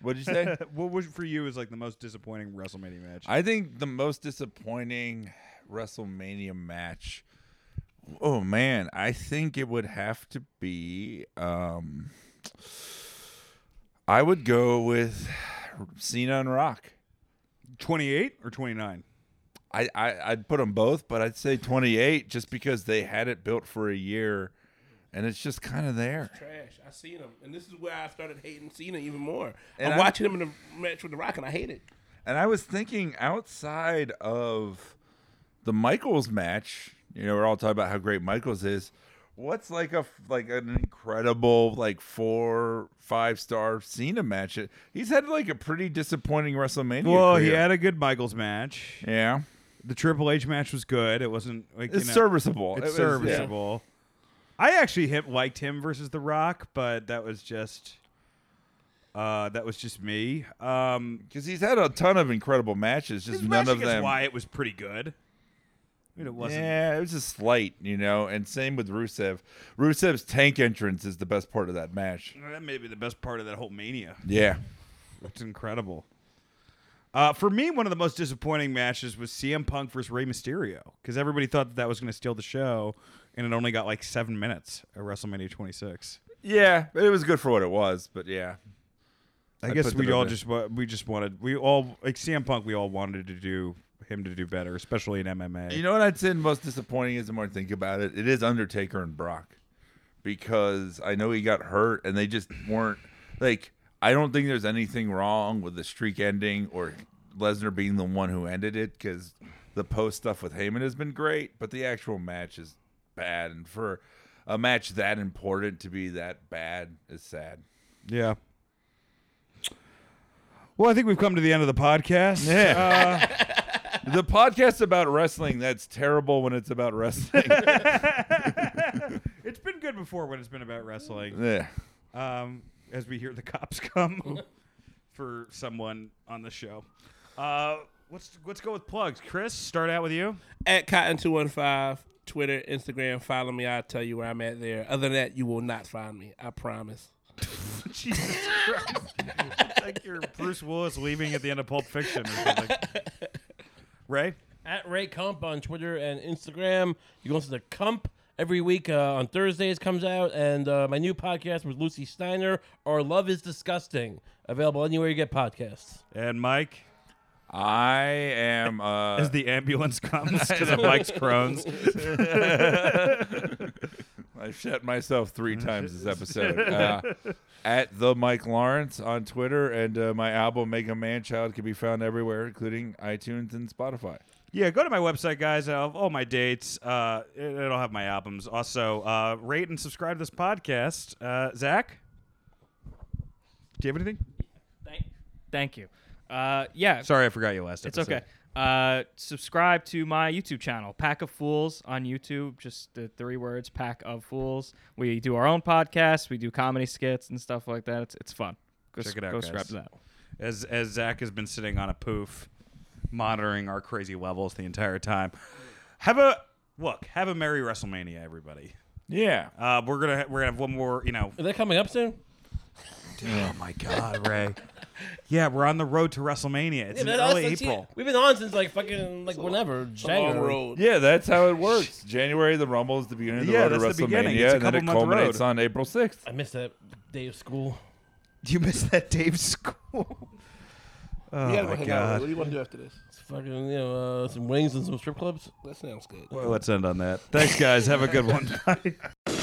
what'd you say? what was for you is like the most disappointing WrestleMania match? I think the most disappointing WrestleMania match. Oh man, I think it would have to be. Um, I would go with Cena and Rock. Twenty-eight or twenty-nine? I, I I'd put them both, but I'd say 28 just because they had it built for a year, and it's just kind of there. Trash. I seen him, and this is where I started hating Cena even more. And I'm I- watching him in the match with The Rock, and I hate it. And I was thinking outside of the Michaels match, you know, we're all talking about how great Michaels is. What's like a like an incredible like four five star Cena match? He's had like a pretty disappointing WrestleMania. Well, he career. had a good Michaels match. yeah, The Triple H match was good. It wasn't like you It's know- serviceable. It's It was- yeah. serviceable. I actually hit, liked him versus The Rock, but that was just uh, that was just me. Um, because he's had a ton of incredible matches, his just none match of against them. Wyatt was pretty good. I mean, it wasn't. Yeah, it was just slight, you know. And same with Rusev. Rusev's tank entrance is the best part of that match. That may be the best part of that whole Mania. Yeah. It's incredible. Uh, for me, one of the most disappointing matches was CM Punk versus Rey Mysterio because everybody thought that, that was going to steal the show, and it only got like seven minutes at WrestleMania 26. Yeah, but it was good for what it was. But yeah, I, I'd guess put we them all in. just wa- we just wanted we all like CM Punk. We all wanted to do him to do better, especially in MMA. You know what I'd say the most disappointing is the more I think about it, it is Undertaker and Brock. Because I know he got hurt and they just weren't like I don't think there's anything wrong with the streak ending or Lesnar being the one who ended it because the post stuff with Heyman has been great, but the actual match is bad and for a match that important to be that bad is sad. yeah. Well, I think we've come to the end of the podcast. Yeah. the podcast about wrestling that's terrible when it's about wrestling. it's been good before when it's been about wrestling. yeah. Um, as we hear the cops come for someone on the show. Uh, let's let's go with plugs. Chris, start out with you. At Cotton215, Twitter, Instagram, follow me. I'll tell you where I'm at there. Other than that, you will not find me. I promise. Jesus Christ. It's like you're Bruce Willis leaving at the end of Pulp Fiction or something. Ray? at Ray Kump on Twitter and Instagram. You can listen to Kump every week uh, on Thursdays comes out, and uh, my new podcast with Lucy Steiner, "Our Love Is Disgusting," available anywhere you get podcasts. And Mike? I am uh As the ambulance comes to the Mike's Crohn's. I I shut myself three Mm. times this episode. Uh, at the Mike Lawrence on Twitter, and uh, my album "Make a Man Child" can be found everywhere, including iTunes and Spotify. Yeah, go to my website, guys. I have all my dates. Uh, it- it'll have my albums. Also, uh, rate and subscribe to this podcast. Uh, Zach, do you have anything? Thank you. Uh, yeah. Sorry, I forgot you last It's episode. okay. Uh, subscribe to my YouTube channel, Pack of Fools on YouTube. Just the three words, Pack of Fools. We do our own podcast. We do comedy skits and stuff like that. It's, it's fun. Go Check s- it out. Go guys. subscribe to that. As as Zach has been sitting on a poof, monitoring our crazy levels the entire time. Have a look. Have a merry WrestleMania, everybody. Yeah. Uh, we're gonna we're gonna have one more. You know. Are they coming up soon? Oh my God, Ray. Yeah, we're on the road to WrestleMania. It's in early Oh, April. We've been on since like fucking like whenever. January. Yeah, that's how it works. January, the Rumble is the beginning of the Yeah, road to that's the beginning. It's a WrestleMania, and then it couple-month road. culminates on April 6th. I missed that day of school. You missed that day of school. Oh, we my gotta go hang God. out. What do you want to do after this? It's fucking you know uh, some wings and some strip clubs. That sounds good. Well, let's end on that. Thanks, guys. Have a good one. Bye.